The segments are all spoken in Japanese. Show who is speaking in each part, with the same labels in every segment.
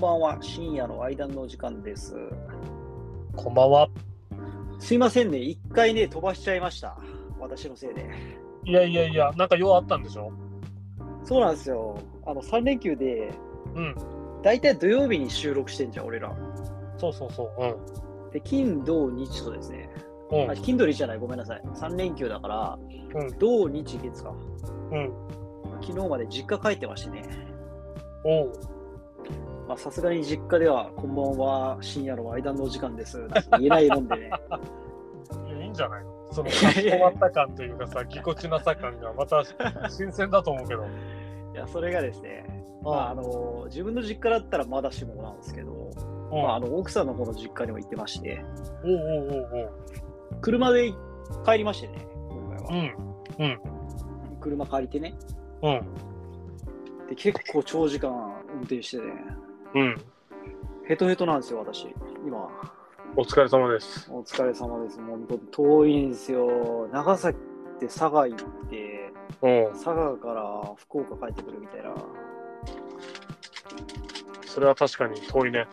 Speaker 1: ばんは。深夜の間のお時間です。
Speaker 2: こんばんは。
Speaker 1: すいませんね。一回ね、飛ばしちゃいました。私のせいで。
Speaker 2: いやいやいや、なんか用あったんでしょ
Speaker 1: そうなんですよ。あの、3連休で、
Speaker 2: うん。
Speaker 1: だいたい土曜日に収録してんじゃん、俺ら。
Speaker 2: そうそうそう。
Speaker 1: で、金、土、日とですね。
Speaker 2: うん。うん
Speaker 1: あ、。金、土、日じゃない。ごめんなさい。3連休だから、
Speaker 2: うん
Speaker 1: 土、日、月か。
Speaker 2: うん。
Speaker 1: 昨日まで実家帰ってましてね。
Speaker 2: おう。
Speaker 1: まあ、さすがに実家では、こんばんは、深夜の間のお時間です。なんて言えないもん でね。
Speaker 2: いや、いいんじゃないのその、かしこまった感というかさ、ぎこちなさ感がまた新鮮だと思うけど。
Speaker 1: いや、それがですね。まあ、あの自分の実家だったらまだしもなんですけど、
Speaker 2: うん。
Speaker 1: まあ、
Speaker 2: お
Speaker 1: あ
Speaker 2: う
Speaker 1: の奥さんの方の実家にも行ってまして、
Speaker 2: おうおうおう。
Speaker 1: 車で帰りましてね、今回
Speaker 2: う
Speaker 1: は。
Speaker 2: ん。
Speaker 1: 車借りてね。
Speaker 2: うん。
Speaker 1: で、結構長時間運転してね、
Speaker 2: うん。
Speaker 1: ヘトヘトなんですよ、私。今、
Speaker 2: お疲れ様です。
Speaker 1: お疲れ様です。もう本当遠いんですよ。長崎って佐賀行って、
Speaker 2: うん。
Speaker 1: 佐賀から福岡帰ってくるみたいな、
Speaker 2: それは確かに遠いね。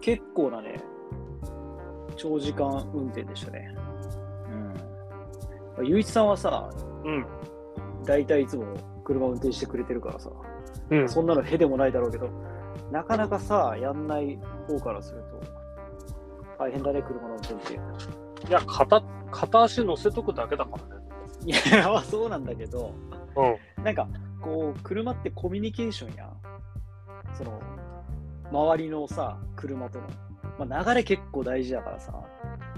Speaker 1: 結構なね、長時間運転でしたね。うん。ゆういちさんはさ、
Speaker 2: うん。
Speaker 1: 大体いつも車運転してくれてるからさ、
Speaker 2: うん。
Speaker 1: そんなのへでもないだろうけど、なかなかさ、やんない方からすると、大変だね、車の運転って。
Speaker 2: いや、片、片足乗せとくだけだからね。
Speaker 1: いや、まあ そうなんだけど、
Speaker 2: うん。
Speaker 1: なんか、こう、車ってコミュニケーションやん、その、周りのさ、車との、まあ、流れ結構大事だからさ、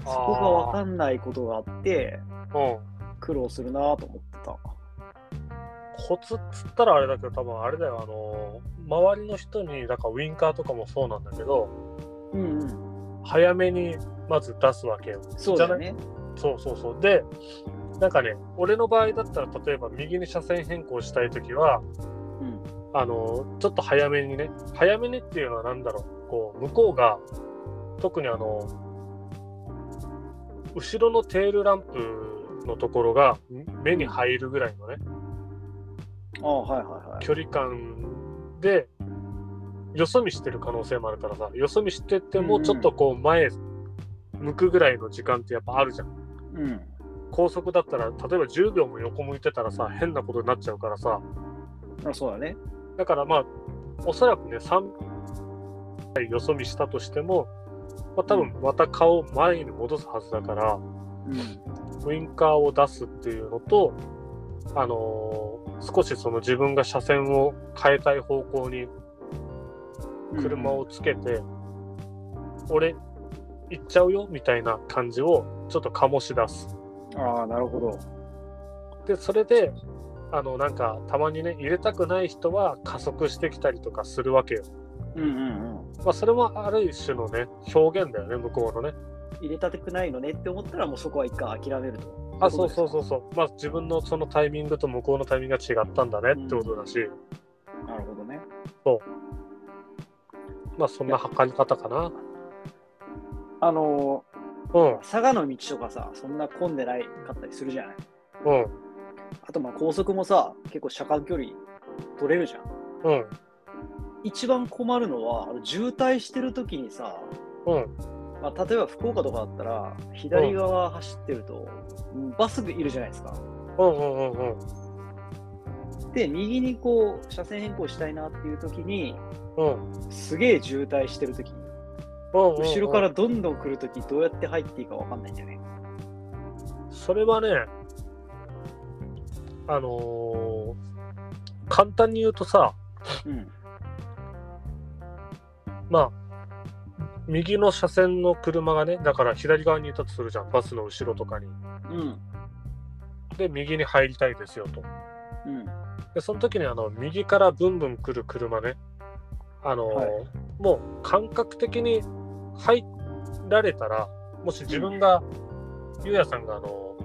Speaker 1: そこが分かんないことがあって、
Speaker 2: うん。
Speaker 1: 苦労するなと思ってた。
Speaker 2: コツっつったらあれだけど多分あれだよあの周りの人にだからウインカーとかもそうなんだけど
Speaker 1: うんうん、
Speaker 2: 早めにまず出すわけよ
Speaker 1: そうだよね。
Speaker 2: そうそうそうでなんかね俺の場合だったら例えば右に車線変更したい時は
Speaker 1: うん、
Speaker 2: あのちょっと早めにね早めにっていうのは何だろうこう向こうが特にあの後ろのテールランプのところが目に入るぐらいのね
Speaker 1: ああ、はいはいはい。
Speaker 2: 距離感でよそ見してる可能性もあるからさよそ見してて
Speaker 1: う
Speaker 2: も
Speaker 1: んうん
Speaker 2: ちょっとこう前向くぐらいの時間ってやっぱあるじゃん
Speaker 1: うん
Speaker 2: 高速だったら例えば10秒も横向いてたらさ変なことになっちゃうからさ
Speaker 1: あ、そうだね。
Speaker 2: だからまあおそらくね3回よそ見したとしても、まあ、多分また顔を前に戻すはずだから
Speaker 1: うん
Speaker 2: ウインカーを出すっていうのとあのー少しその自分が車線を変えたい方向に車をつけて、俺行っちゃうよみたいな感じをちょっと醸し出す
Speaker 1: うんああなるほど
Speaker 2: でそれであのなんかたまにね入れたくない人は加速してきたりとかするわけよ、
Speaker 1: うんうんうん
Speaker 2: まあ、それもある一種のね表現だよね向こうのね
Speaker 1: 入れたてくないのねって思ったらもうそこは一回諦めると
Speaker 2: あそうそう
Speaker 1: う
Speaker 2: そうそうまあ自分のそのタイミングと向こうのタイミングが違ったんだねってことだし、
Speaker 1: うなるほどね
Speaker 2: まあそんな測り方かな
Speaker 1: あの
Speaker 2: うん
Speaker 1: ー佐賀の道とかさそんな混んでないかったりするじゃない
Speaker 2: うん
Speaker 1: あとまあ高速もさ結構車間距離取れるじゃん
Speaker 2: うん
Speaker 1: 一番困るのはあの渋滞してる時にさ、
Speaker 2: うん
Speaker 1: まあ、例えば福岡とかだったら左側走ってると、バスいるじゃないですか
Speaker 2: うんうんうんうん
Speaker 1: で右にこう車線変更したいなっていう時に
Speaker 2: うん
Speaker 1: すげえ渋滞してる時に
Speaker 2: うんうん
Speaker 1: 後ろからどんどん来るときどうやって入っていいかわかんないんだよね。
Speaker 2: それはね、あのー簡単に言うとさ、
Speaker 1: うん。
Speaker 2: まあ、右の車線の車がね、だから左側にいたとするじゃん、バスの後ろとかに。
Speaker 1: うん。
Speaker 2: で、右に入りたいですよと。
Speaker 1: うん。
Speaker 2: で、その時にあの右からブンブン来る車ね、あのー
Speaker 1: はい
Speaker 2: もう感覚的に入られたら、もし自分が、ゆうやさんがあの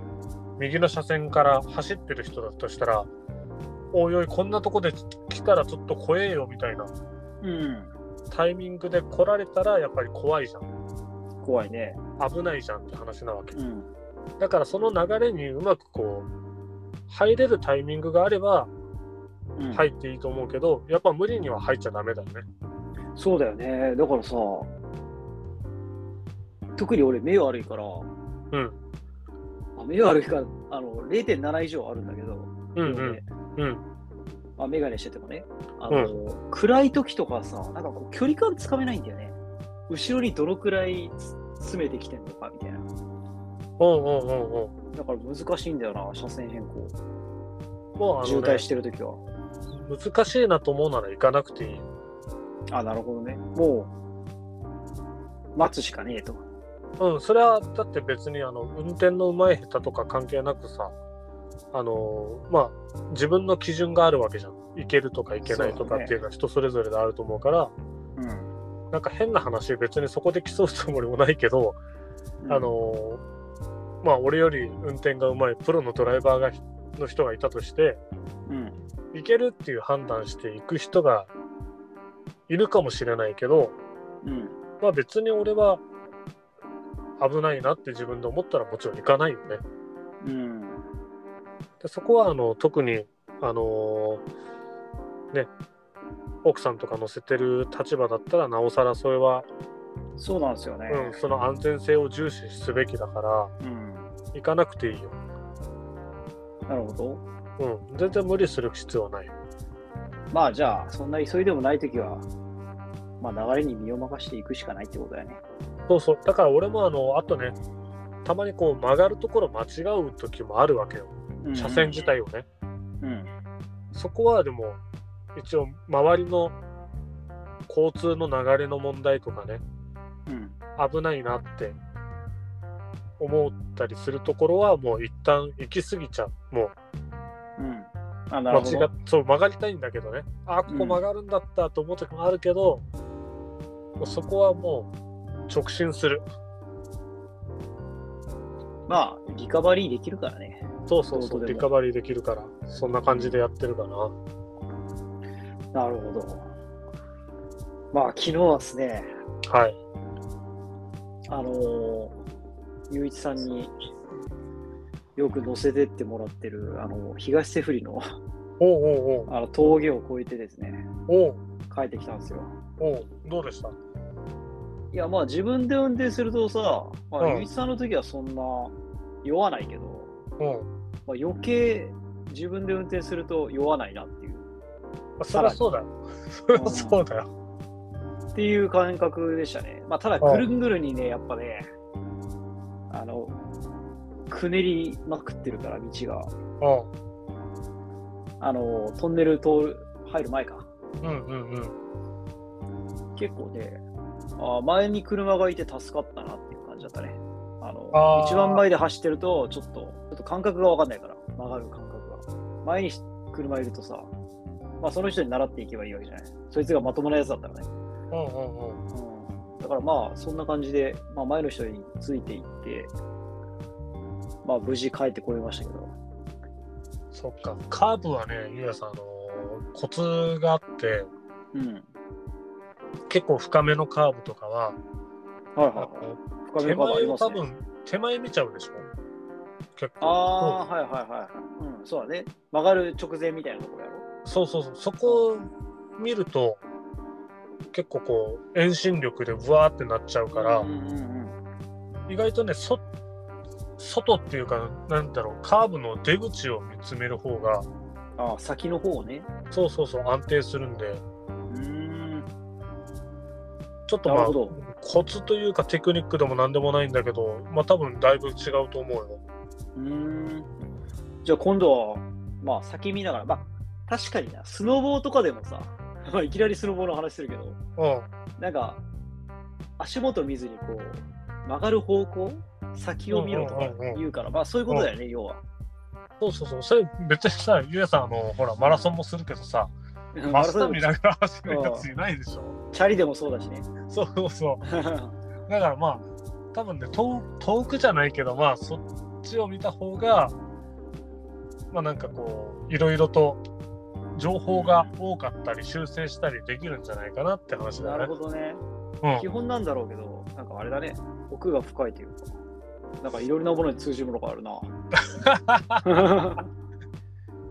Speaker 2: 右の車線から走ってる人だとしたら、おいおい、こんなとこで来たらちょっと怖えよみたいな
Speaker 1: うん。
Speaker 2: タイミングで来られたらやっぱり怖いじゃん。
Speaker 1: 怖いね。
Speaker 2: 危ないじゃんって話なわけ。
Speaker 1: うん。
Speaker 2: だからその流れにうまくこう、入れるタイミングがあれば
Speaker 1: うん、
Speaker 2: 入っていいと思うけど、やっぱ無理には入っちゃダメだよね。
Speaker 1: そうだよね。だからさ、特に俺目悪いから、
Speaker 2: うん
Speaker 1: あ目悪いから、あの、0.7以上あるんだけど、
Speaker 2: う
Speaker 1: 両
Speaker 2: んうん
Speaker 1: 目
Speaker 2: うん
Speaker 1: まあ、メガネしててもね、あの、暗い時とかさ、なんかこう距離感つかめないんだよね。後ろにどのくらいつ詰めてきてんのかみたいな。
Speaker 2: おうおうおう
Speaker 1: だから難しいんだよな、車線変更。
Speaker 2: おうもうあ
Speaker 1: 渋
Speaker 2: の、
Speaker 1: 滞
Speaker 2: ね、
Speaker 1: してる時は。
Speaker 2: 難しいなと思うなら行かなくていい
Speaker 1: あ、なるほどね。もう、待つしかねえと。
Speaker 2: うん、それはだって別にあの運転の上手い下手とか関係なくさ、あのーまあ、自分の基準があるわけじゃん。いけるとかいけないと
Speaker 1: そうだ
Speaker 2: か
Speaker 1: ね
Speaker 2: っていうのは人それぞれであると思うから、
Speaker 1: うん。
Speaker 2: なんか変な話、別にそこで競うつもりもないけど、あ、のーまあ、俺より運転が上手いプロのドライバーがの人がいたとして、
Speaker 1: うん。
Speaker 2: いけるっていう判断していく人がいるかもしれないけど、
Speaker 1: うん。
Speaker 2: まあ、別に俺は危ないなって自分で思ったらもちろん行かないよね。
Speaker 1: うん。
Speaker 2: でそこはあの特にあのーね奥さんとか乗せてる立場だったらなおさらそれは、
Speaker 1: そうなんですよね。
Speaker 2: うん、その安全性を重視すべきだから
Speaker 1: うん。
Speaker 2: 行かなくていいよ、
Speaker 1: なるほど。
Speaker 2: うん、全然無理する必要はない
Speaker 1: まあじゃあ、そんな急いでもないときは、まあ流れに身を任していくしかないってことだよね。
Speaker 2: そうそうだから俺もあのあとねたまにこう曲がるところ間違う時もあるわけよ
Speaker 1: うん
Speaker 2: 車線自。体をね、
Speaker 1: うん。
Speaker 2: そこはでも一応周りの交通の流れの問題とかね
Speaker 1: うん。
Speaker 2: 危ないなって思ったりするところはもう一旦行き過ぎちゃうも
Speaker 1: うん。あ、
Speaker 2: う
Speaker 1: な
Speaker 2: 間
Speaker 1: る
Speaker 2: 違
Speaker 1: ほど
Speaker 2: っ。そう曲がりたいんだけどねあここ曲がるんだったと思う時もあるけど、もうそこはもう直進する
Speaker 1: まあ、リカバリーできるからね。
Speaker 2: そうそう
Speaker 1: そ
Speaker 2: そ
Speaker 1: そ
Speaker 2: う
Speaker 1: う
Speaker 2: う
Speaker 1: でも
Speaker 2: リカバリーできるからそんな感じでやってるかな
Speaker 1: なるほど。まあ、昨日はですね、
Speaker 2: はい
Speaker 1: あのー、ゆういちさんによく乗せてってもらってる、あの、東セフリの
Speaker 2: おうおう
Speaker 1: あの峠を越えてですね、
Speaker 2: おう
Speaker 1: 帰ってきたんですよ。
Speaker 2: おうおうどうでした
Speaker 1: いや、まあ自分で運転するとさ、まあ、
Speaker 2: うん
Speaker 1: ゆういちさんの時はそんな酔わないけど、
Speaker 2: うん
Speaker 1: まあ、余計自分で運転すると酔わないなっていう、
Speaker 2: あそりゃそうだよ そりゃそうだよ
Speaker 1: っていう感覚でしたね。まあただ、
Speaker 2: うん
Speaker 1: ぐるんぐるんにね、やっぱね、あの、くねりまくってるから、道が。
Speaker 2: う
Speaker 1: あの、トンネル通る、入る前か。
Speaker 2: んうんうんうん
Speaker 1: 結構ね、あー前に車がいて助かったなっていう感じだったね。あの
Speaker 2: あー
Speaker 1: 一番前で走ってるとちょっと、ちょっと感覚が分かんないから、曲がる感覚が。前に車いるとさ、まあ、その人に習っていけばいいわけじゃない。そいつがまともなやつだったらね。
Speaker 2: うんうんうん
Speaker 1: うん、だからまあ、そんな感じで、まあ、前の人についていって、まあ、無事帰ってこれましたけど。
Speaker 2: そっか、カーブはね、ゆうやさん、あのーコツがあって、
Speaker 1: うん。
Speaker 2: 結構深めのカーブとかは、
Speaker 1: はい
Speaker 2: あ
Speaker 1: はい。深め
Speaker 2: の手
Speaker 1: のカバーあ
Speaker 2: 前
Speaker 1: り
Speaker 2: を
Speaker 1: ます
Speaker 2: 多
Speaker 1: ね。
Speaker 2: 分、手前見ちゃうでしょ結構。
Speaker 1: ああー、はいはいはいはい。うん、そうだね。曲がる直前みたいなところやろ。
Speaker 2: そうそうそう、そこを見ると、結構こう、遠心力でブワーってなっちゃうから、
Speaker 1: うんうんうん
Speaker 2: 意外とね、そ外っていうか、なんだろう、カーブの出口を見つめる方が、
Speaker 1: ああ先の方ね。
Speaker 2: そうそうそう、安定するんで、
Speaker 1: うーん。
Speaker 2: ちょっと
Speaker 1: な
Speaker 2: ま
Speaker 1: る
Speaker 2: あ
Speaker 1: ほど、
Speaker 2: コツというかテクニックでも何でもないんだけど、まあ多分だいぶ違うと思うよ。
Speaker 1: うーん。じゃあ今度は、まあ先見ながら、まあ確かにな、スノボーとかでもさ、 まあいきなりスノボーの話するけど、
Speaker 2: う
Speaker 1: なんか、足元見ずにこう、曲がる方向先を見ろとか
Speaker 2: うんうんうんうん
Speaker 1: 言うから、まあそういうことだよね、要は。
Speaker 2: ん、そうそうそう、それ別にさ、ゆうやさん、あのほら、マラソンもするけどさ、真
Speaker 1: マラソンで
Speaker 2: 下
Speaker 1: も
Speaker 2: 見ながら走るやついないでしょ。
Speaker 1: チャリでもそうだしね。
Speaker 2: そうそうそう。だからまあ、多分ね、遠遠くじゃないけど、まあ、そっちを見た方が、まあなんかこう、いろいろと情報が多かったり、修正したりできるんじゃないかなって話
Speaker 1: な
Speaker 2: だ
Speaker 1: る
Speaker 2: よね
Speaker 1: ほ。どね。
Speaker 2: うん
Speaker 1: 基本なんだろうけど、なんかあれだね、奥が深いというか、なんかいろいろなものに通じるものがある な。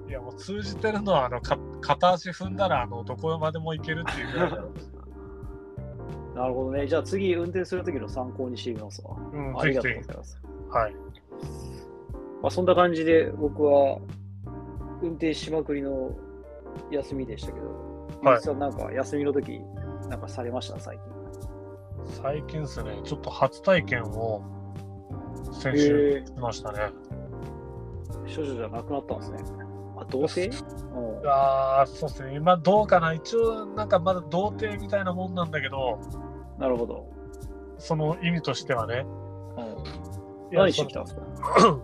Speaker 2: いやもう通じてるのはあのか片足踏んだらあのどこまでも行けるっていうぐらいだよ
Speaker 1: なるほどね。じゃあ次、運転するときの参考にしてみますわ。
Speaker 2: うん、
Speaker 1: あ
Speaker 2: ぜ
Speaker 1: り
Speaker 2: ひ
Speaker 1: がとう
Speaker 2: ぜ
Speaker 1: ございます。
Speaker 2: ひ。はい。
Speaker 1: まあ、そんな感じで僕は運転しまくりの休みでしたけど、
Speaker 2: はい
Speaker 1: 実はなんか休みの時なんかされました、最近。
Speaker 2: 最近ですね、ちょっと初体験を先週しましたね。
Speaker 1: 処女じゃなくなったんですね。あ、同棲うん
Speaker 2: ああ、そうですね。今どうかな。一応、なんかまだ童貞みたいなもんなんだけど、
Speaker 1: なるほど。
Speaker 2: その意味としてはね。
Speaker 1: うん、
Speaker 2: いや
Speaker 1: 何してきたんですか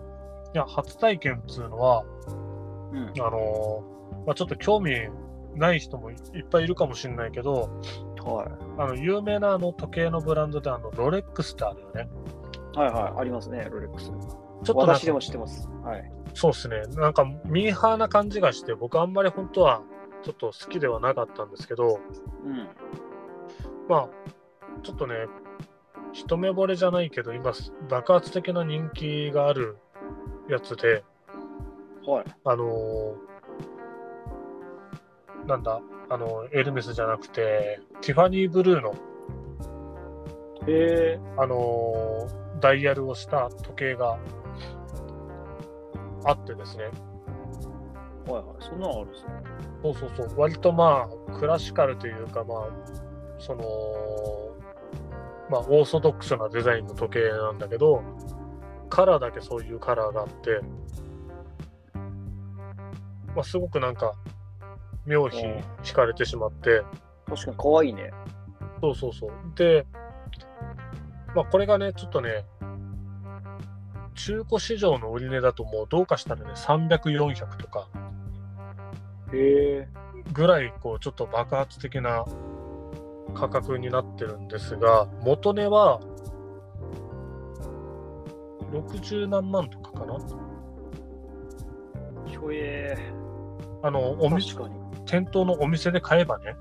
Speaker 2: いや、初体験っていうのは、
Speaker 1: うん
Speaker 2: あのーまあ、ちょっと興味ない人もいいっぱいいるかもしれないけど、
Speaker 1: は
Speaker 2: あの、有名なあの時計のブランドで、あの、ロレックスってあるよね。
Speaker 1: い。はいはい、ありますね、ロレックス。
Speaker 2: ちょっとなん
Speaker 1: 私で
Speaker 2: か、
Speaker 1: も知ってます。はい。
Speaker 2: そうですね。なんか、ミーハーな感じがして、僕あんまり本当は、ちょっと好きではなかったんですけど、
Speaker 1: うん。
Speaker 2: まあ、ちょっとね、一目惚れじゃないけど、今、爆発的な人気があるやつで、
Speaker 1: はい。
Speaker 2: あのーなんだ、あの、エルメスじゃなくて、ティファニーブルーの、
Speaker 1: え
Speaker 2: あのーダイヤルをした時計があってですね、
Speaker 1: ー、はいはい。そんなのあるんですね。
Speaker 2: そうそうそう、割とまあ、クラシカルというか、まあ、その、まあ、オーソドックスなデザインの時計なんだけど、カラーだけそういうカラーがあって、まあ、すごくなんか、妙に惹かれてしまって、
Speaker 1: 確かに可愛いね。
Speaker 2: そうそうそう。で、まあ、これがね、ちょっとね、中古市場の売値だともうどうかしたらね、300、400とか
Speaker 1: へえ
Speaker 2: ぐらい、こう、ちょっと爆発的な価格になってるんですが、元値は、60何万とかかな
Speaker 1: ー。ひょえー。
Speaker 2: あの、お店、
Speaker 1: 確かに。
Speaker 2: 店頭のお店で買えばね。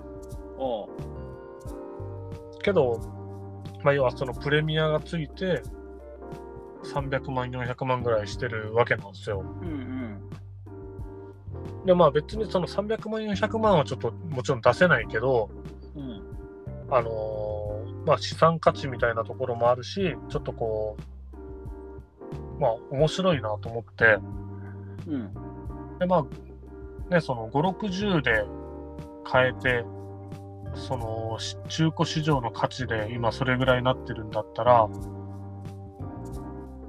Speaker 1: う
Speaker 2: けど、まあ、要はそのプレミアがついて、300万、400万ぐらいしてるわけなんですよ。
Speaker 1: ん。うん
Speaker 2: でまあ別にその300万400万はちょっともちろん出せないけど、
Speaker 1: うん。うん。
Speaker 2: あのーまあ、資産価値みたいなところもあるしちょっとこうまあ面白いなと思って
Speaker 1: うん。
Speaker 2: でまあねその560で変えてそのし中古市場の価値で今それぐらいになってるんだったら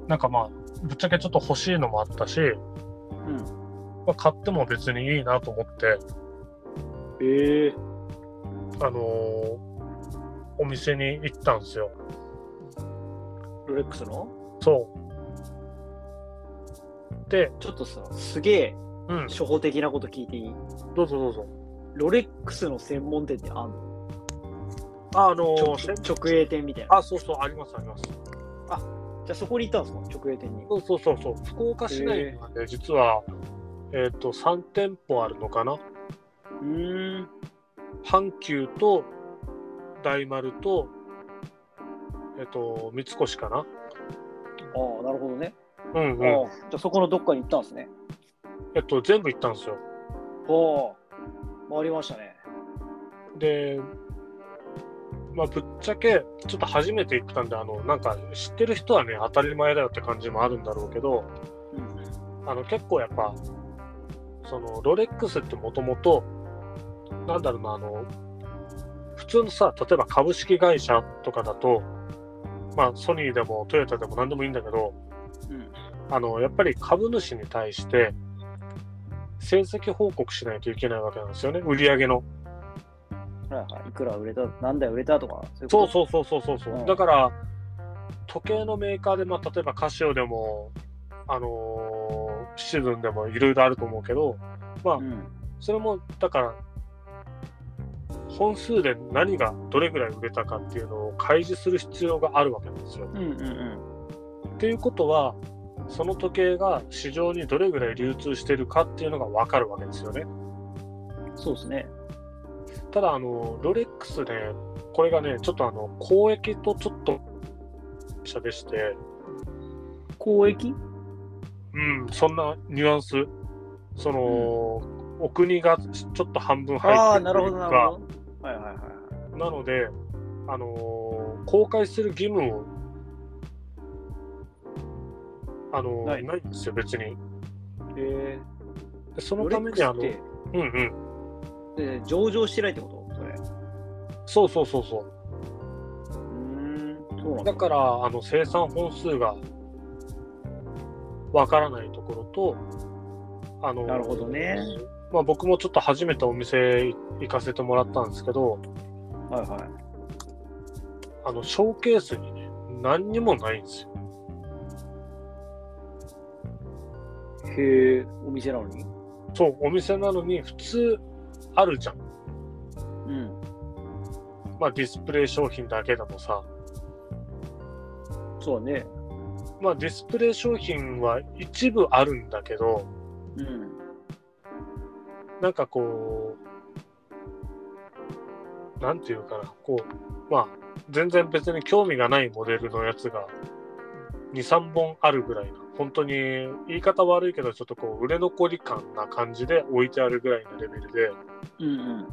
Speaker 2: なんかまあぶっちゃけちょっと欲しいのもあったし、
Speaker 1: うん。
Speaker 2: まあ、買っても別にいいなと思って。
Speaker 1: ええー。
Speaker 2: あのーお店に行ったんですよ。
Speaker 1: ロレックスの
Speaker 2: そう。で、
Speaker 1: ちょっとさ、すげえ
Speaker 2: うん、
Speaker 1: 初歩的なこと聞いていい
Speaker 2: どうぞどうぞ。
Speaker 1: ロレックスの専門店ってあんの
Speaker 2: あ、あの
Speaker 1: 直直営店みたいな。
Speaker 2: あ、そうそう、ありますあります。
Speaker 1: じゃあそこに行ったんですか直営店に。
Speaker 2: そうそうそうそう、福岡市内にはね、実は、えっ、と、3店舗あるのかな。
Speaker 1: うーん。
Speaker 2: 阪急と大丸と、えっ、と、三越かな。
Speaker 1: ああ、なるほどね。
Speaker 2: うんうん。
Speaker 1: ああじゃあそこのどっかに行ったんですね。
Speaker 2: えっと、全部行ったんですよ。
Speaker 1: はあ。回りましたね。
Speaker 2: で、まあ、ぶっちゃけ、ちょっと初めて行ったんで、あの、なんか、知ってる人はね、当たり前だよって感じもあるんだろうけど、
Speaker 1: うん。
Speaker 2: あの、結構やっぱ、その、ロレックスってもともと、なんだろうな、あの、普通のさ、例えば株式会社とかだと、まあ、ソニーでもトヨタでも何でもいいんだけど、
Speaker 1: うん。
Speaker 2: あの、やっぱり株主に対して、成績報告しないといけないわけなんですよね、売上の。
Speaker 1: はいはい。いくら売れた、何台売れたとか。そういう
Speaker 2: そ
Speaker 1: こと
Speaker 2: うそうそうそうそうそう、
Speaker 1: うん
Speaker 2: だから時計のメーカーで、まあ、例えばカシオでもあのーシチズンでもいろいろあると思うけどまあ
Speaker 1: うん。
Speaker 2: それもだから本数で何がどれぐらい売れたかっていうのを開示する必要があるわけなんですよ。
Speaker 1: うんうんうん。
Speaker 2: っていうことはその時計が市場にどれぐらい流通してるかっていうのが分かるわけですよね。
Speaker 1: そうですね。
Speaker 2: ただあのロレックスねこれがねちょっとあの交易とちょっと者でして。
Speaker 1: 交易
Speaker 2: うん、そんなニュアンス、その、お国がちょっと半分入って
Speaker 1: ああ、
Speaker 2: る
Speaker 1: な
Speaker 2: と
Speaker 1: る
Speaker 2: い
Speaker 1: ほど
Speaker 2: う
Speaker 1: な
Speaker 2: か、
Speaker 1: るほど。はいはいはい。
Speaker 2: なので、あのー公開する義務を、あのー
Speaker 1: ない
Speaker 2: ないんですよ、別に。
Speaker 1: え
Speaker 2: でそ
Speaker 1: ー、
Speaker 2: の
Speaker 1: ロレ
Speaker 2: ため
Speaker 1: ック
Speaker 2: に、
Speaker 1: ス
Speaker 2: あ
Speaker 1: っ
Speaker 2: の、
Speaker 1: て、
Speaker 2: うんうん。
Speaker 1: えー上場してないってことそれ。
Speaker 2: そうそうそうそう
Speaker 1: ーん、そうな
Speaker 2: う。
Speaker 1: ん
Speaker 2: だ
Speaker 1: だ。
Speaker 2: から、あの、生産本数が、わからないところと、あのー
Speaker 1: なるほどね。
Speaker 2: まあ、僕もちょっと初めてお店行かせてもらったんですけど、
Speaker 1: はいはい。
Speaker 2: あの、ショーケースにね、何にもないんですよ。
Speaker 1: へえ、お店なのに
Speaker 2: そう、お店なのに普通あるじゃん。
Speaker 1: うん。
Speaker 2: まあ、ディスプレイ商品だけでもさ、
Speaker 1: そうだね。
Speaker 2: まあ、ディスプレイ商品は一部あるんだけど、
Speaker 1: うん。
Speaker 2: なんかこう、なんていうかな、こう、まあ、全然別に興味がないモデルのやつが、2、3本あるぐらいな、本当に言い方悪いけど、ちょっとこう、売れ残り感な感じで置いてあるぐらいのレベルで、
Speaker 1: うんうん。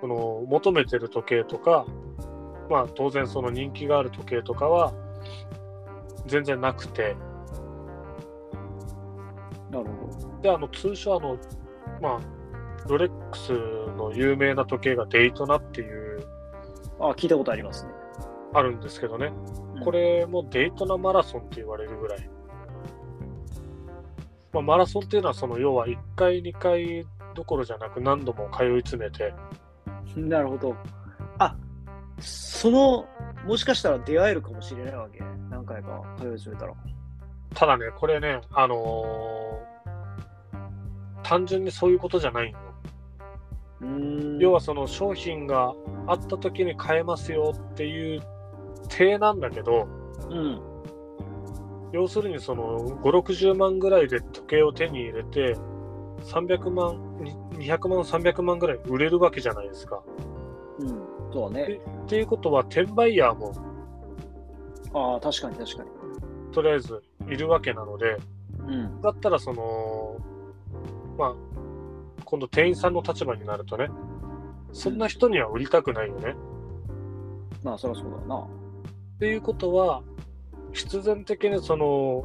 Speaker 2: この求めてる時計とか、まあ、当然その人気がある時計とかは全然なくて
Speaker 1: なるほど。
Speaker 2: であの通称あの、まあ、ロレックスの有名な時計がデイトナっていう
Speaker 1: あ、聞いたことありますね。
Speaker 2: あるんですけどね
Speaker 1: うん
Speaker 2: こ、れもデイトナマラソンって言われるぐらい、まあ、マラソンっていうのはその要は1回2回どころじゃなく何度も通い詰めて
Speaker 1: なるほど。あ、その、もしかしたら出会えるかもしれないわけ。何回か通い詰めたら。
Speaker 2: ただねこれねあのー単純にそういうことじゃないの
Speaker 1: うーん。
Speaker 2: 要は、その商品があった時に買えますよっていう体なんだけど
Speaker 1: うん。
Speaker 2: 要するにその560万ぐらいで時計を手に入れて300万に200万300万ぐらい売れるわけじゃないですか。
Speaker 1: うん。そうだね。
Speaker 2: っていうことは転売ヤーも
Speaker 1: ああ、確かに確かに。
Speaker 2: とりあえずいるわけなので
Speaker 1: うん。
Speaker 2: だったらそのまあ今度店員さんの立場になるとねそんな人には売りたくないよね。
Speaker 1: まあ、そりゃそうだな。
Speaker 2: っていうことは必然的にその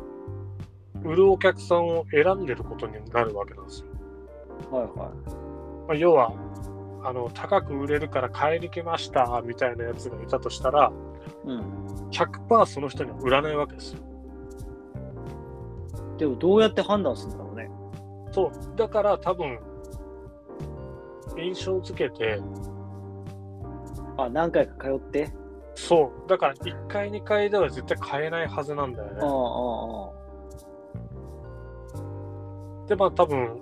Speaker 2: 売るお客さんを選んでることになるわけなんですよ。
Speaker 1: はいはい。
Speaker 2: まあ、要はあの高く売れるから買いに来ましたみたいなやつがいたとしたら
Speaker 1: うん。
Speaker 2: 100%その人には売らないわけですよ。
Speaker 1: でも、どうやって判断するんだろうね。
Speaker 2: そうだから多分印象付けて
Speaker 1: あ、何回か通って。
Speaker 2: そうだから1回2回では絶対買えないはずなんだ
Speaker 1: あ
Speaker 2: よ
Speaker 1: あ、あ
Speaker 2: ね。
Speaker 1: あ、あ
Speaker 2: でまあ多分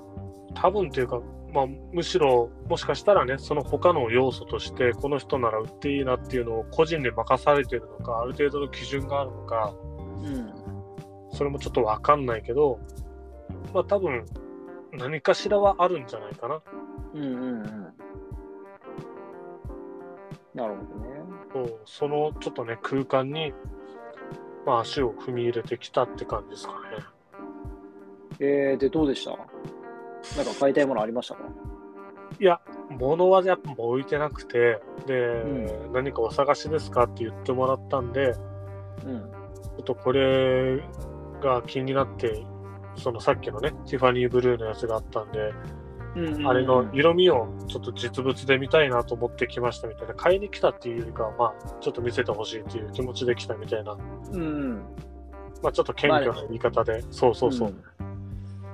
Speaker 2: 多分というか、まあ、むしろもしかしたらねその他の要素としてこの人なら売っていいなっていうのを個人で任されてるのかある程度の基準があるの
Speaker 1: あ。
Speaker 2: か
Speaker 1: うん。
Speaker 2: それもちょっと分かんないけどまあ多分何かしらはあるんじゃないかな
Speaker 1: うんうんうん。なるほどね。
Speaker 2: とそのちょっとね空間に、まあ、足を踏み入れてきたって感じですかね。
Speaker 1: えー、で、どうでしたなんか買いたいものありましたか
Speaker 2: いや物はやっぱ置いてなくてで、
Speaker 1: う
Speaker 2: 何かお探しですかって言ってもらったんで
Speaker 1: うん。
Speaker 2: ちょっとこれが気になって、そのさっきのね、ティファニーブルーのやつがあったんで、
Speaker 1: うん
Speaker 2: あれの色味をちょっと実物で見たいなと思ってきましたみたいな、買いに来たっていうよりかは、まあ、ちょっと見せてほしいっていう気持ちで来たみたいな、
Speaker 1: うん。
Speaker 2: まあ、ちょっと謙虚な言い方で、そうそうそう。
Speaker 1: ん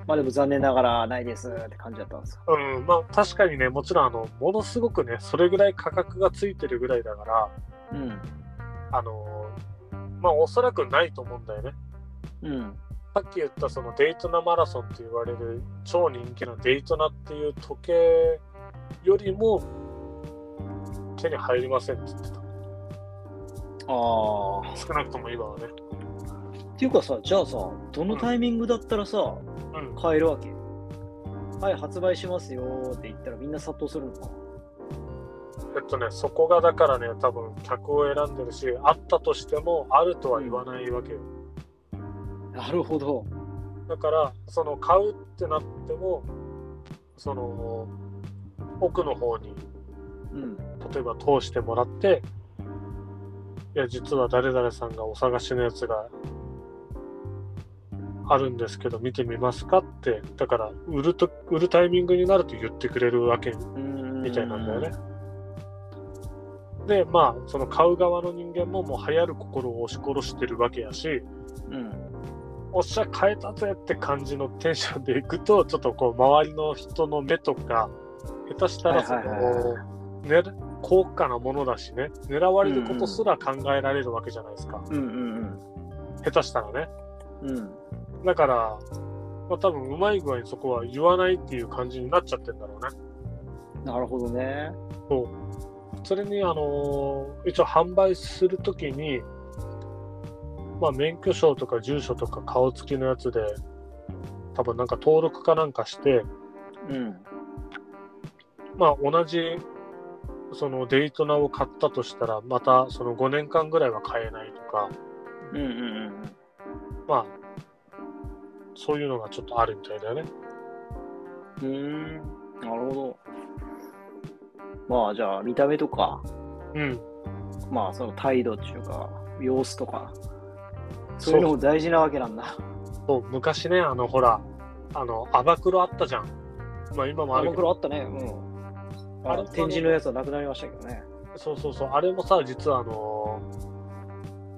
Speaker 1: まあでも残念ながらないですって感じだったんですか。
Speaker 2: うん、まあ確かにね、もちろん、あの、ものすごくね、それぐらい価格がついてるぐらいだから、
Speaker 1: うん。
Speaker 2: あのーまあおそらくないと思うんだよね。
Speaker 1: うん。
Speaker 2: さっき言ったそのデイトナマラソンって言われる超人気のデイトナっていう時計よりも手に入りませんって言ってた
Speaker 1: ああ。
Speaker 2: 少なくとも今はね、
Speaker 1: っていうかさ、じゃあさ、どのタイミングだったらさ、
Speaker 2: うん、
Speaker 1: 買えるわけはい、発売しますよーって言ったらみんな殺到するのかな
Speaker 2: えっとねそこがだからね多分客を選んでるしあったとしてもあるとは言わないわけよ
Speaker 1: なるほど。
Speaker 2: だからその買うってなってもその奥の方に
Speaker 1: うん。
Speaker 2: 例えば通してもらっていや、実は誰々さんがお探しのやつがあるんですけど、見てみますかって、だから、売ると、売るタイミングになると言ってくれるわけみたいなんだよね。で、まあ、その買う側の人間ももう流行る心を押し殺してるわけやし、
Speaker 1: うん。
Speaker 2: おっしゃ、変えたぜって感じのテンションでいくと、ちょっとこう、周りの人の目とか、下手したらその、
Speaker 1: はいはいはいは
Speaker 2: ね、高価なものだしね、狙われることすら考えられるわけじゃないですか。
Speaker 1: うんうん
Speaker 2: 下手したらね。
Speaker 1: うん。うん。
Speaker 2: だから、まあ多分うまい具合にそこは言わないっていう感じになっちゃってんだろうね。
Speaker 1: なるほどね。
Speaker 2: それに、あのー一応販売するときに、まあ、免許証とか住所とか顔つきのやつで、多分なんか登録かなんかして、
Speaker 1: うん。
Speaker 2: まあ、同じそのデイトナを買ったとしたら、またその5年間ぐらいは買えないとか、
Speaker 1: うんうん
Speaker 2: まあ、そういうのがちょっとあるみたいだよね。
Speaker 1: うん。うん。なるほど。まあじゃあ、見た目とか、
Speaker 2: うん。
Speaker 1: まあその態度っていうか、様子とか、そういうのも大事なわけなんだ。
Speaker 2: そう昔ね、あの、ほら、あの、アバクロあったじゃん。まあ、今もあ
Speaker 1: あの
Speaker 2: るけど、
Speaker 1: 頃あったね。うん。あ
Speaker 2: あれ
Speaker 1: の展示のやつはなくなりましたけどね。
Speaker 2: そうそうそう、あれもさ、実はあのー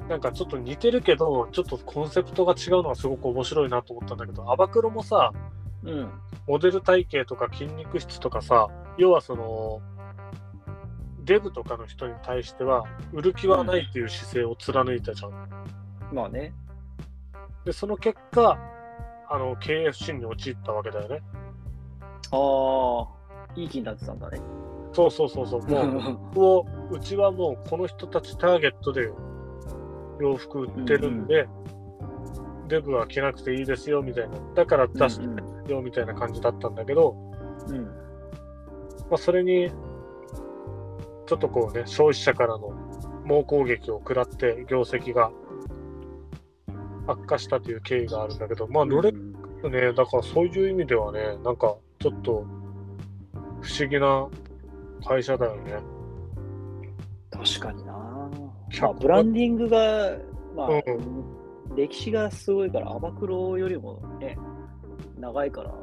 Speaker 2: なんかちょっと似てるけど、ちょっとコンセプトが違うのがすごく面白いなと思ったんだけど、アバクロもさ、
Speaker 1: うん。
Speaker 2: モデル体型とか筋肉質とかさ、要はその、デブとかの人に対しては、売る気はないっていう姿勢を貫いたじゃん。
Speaker 1: まあね。
Speaker 2: で、その結果、あの、経営不振に陥ったわけだよね。
Speaker 1: ああ、いい気になってたんだね。
Speaker 2: そうそうそうそう、もう、僕をうちはもうこの人たちターゲットで洋服売ってるんで、デブは着なくていいですよみたいなだから出して
Speaker 1: う
Speaker 2: よみたいな感じだったんだけど、
Speaker 1: んうん。
Speaker 2: まあ、それにちょっとこうね消費者からの猛攻撃を食らって業績が悪化したという経緯があるんだけどまあロレッ
Speaker 1: うん
Speaker 2: クスねだからそういう意味ではねなんかちょっと不思議な会社だよね。
Speaker 1: 確かにな。
Speaker 2: 100
Speaker 1: まあ、ブランディングが、まあ、
Speaker 2: う
Speaker 1: 歴史がすごいから、アバクロよりもね、長いから、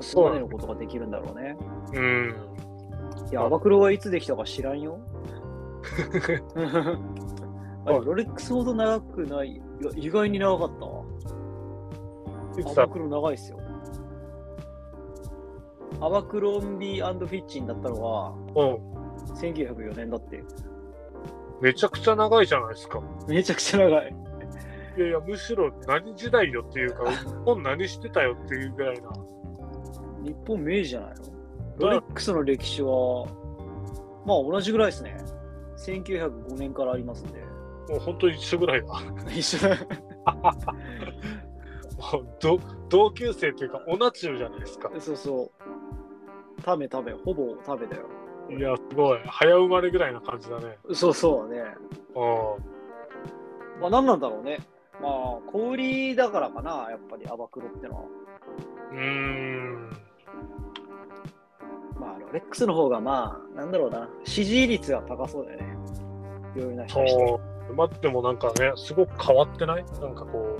Speaker 1: そこまでのことができるんだろうね。
Speaker 2: うん
Speaker 1: いや、アバクロはいつできたか知らん よ。あロレックスほど長くない。いや意外に長かったわ。
Speaker 2: いつ
Speaker 1: ア
Speaker 2: だ
Speaker 1: バクロ長いっすよ。アバクロンビーフィッチンだったのは、
Speaker 2: うん
Speaker 1: 1904年だって。
Speaker 2: めちゃくちゃ長いじゃないですか。
Speaker 1: めちゃくちゃ長い。
Speaker 2: いやいや、むしろ何時代よっていうか、日本何してたよっていうぐらいな。
Speaker 1: 日本明治じゃないのロレックスの歴史は、まあ同じぐらいですね。1905年からありますん で。
Speaker 2: もう本当に一緒ぐらいだ。
Speaker 1: 一緒だ。
Speaker 2: もう ど同級生っていうか、同中じゃないですか。
Speaker 1: そうそう。食べ食べ、ほぼ食べだよ。
Speaker 2: いや、すごい。早生まれぐらいな感じだね。
Speaker 1: そうそうだね。
Speaker 2: う
Speaker 1: まあ何なんだろうね。まあ、氷だからかな、やっぱりアバクロってのは。
Speaker 2: ん。うーん。
Speaker 1: まあ、ロレックスの方がまあ、なんだろうな、支持率が高そうだよね。いろいろな人にして
Speaker 2: そう。まあ、でもなんかね、すごく変わってないなんかこう、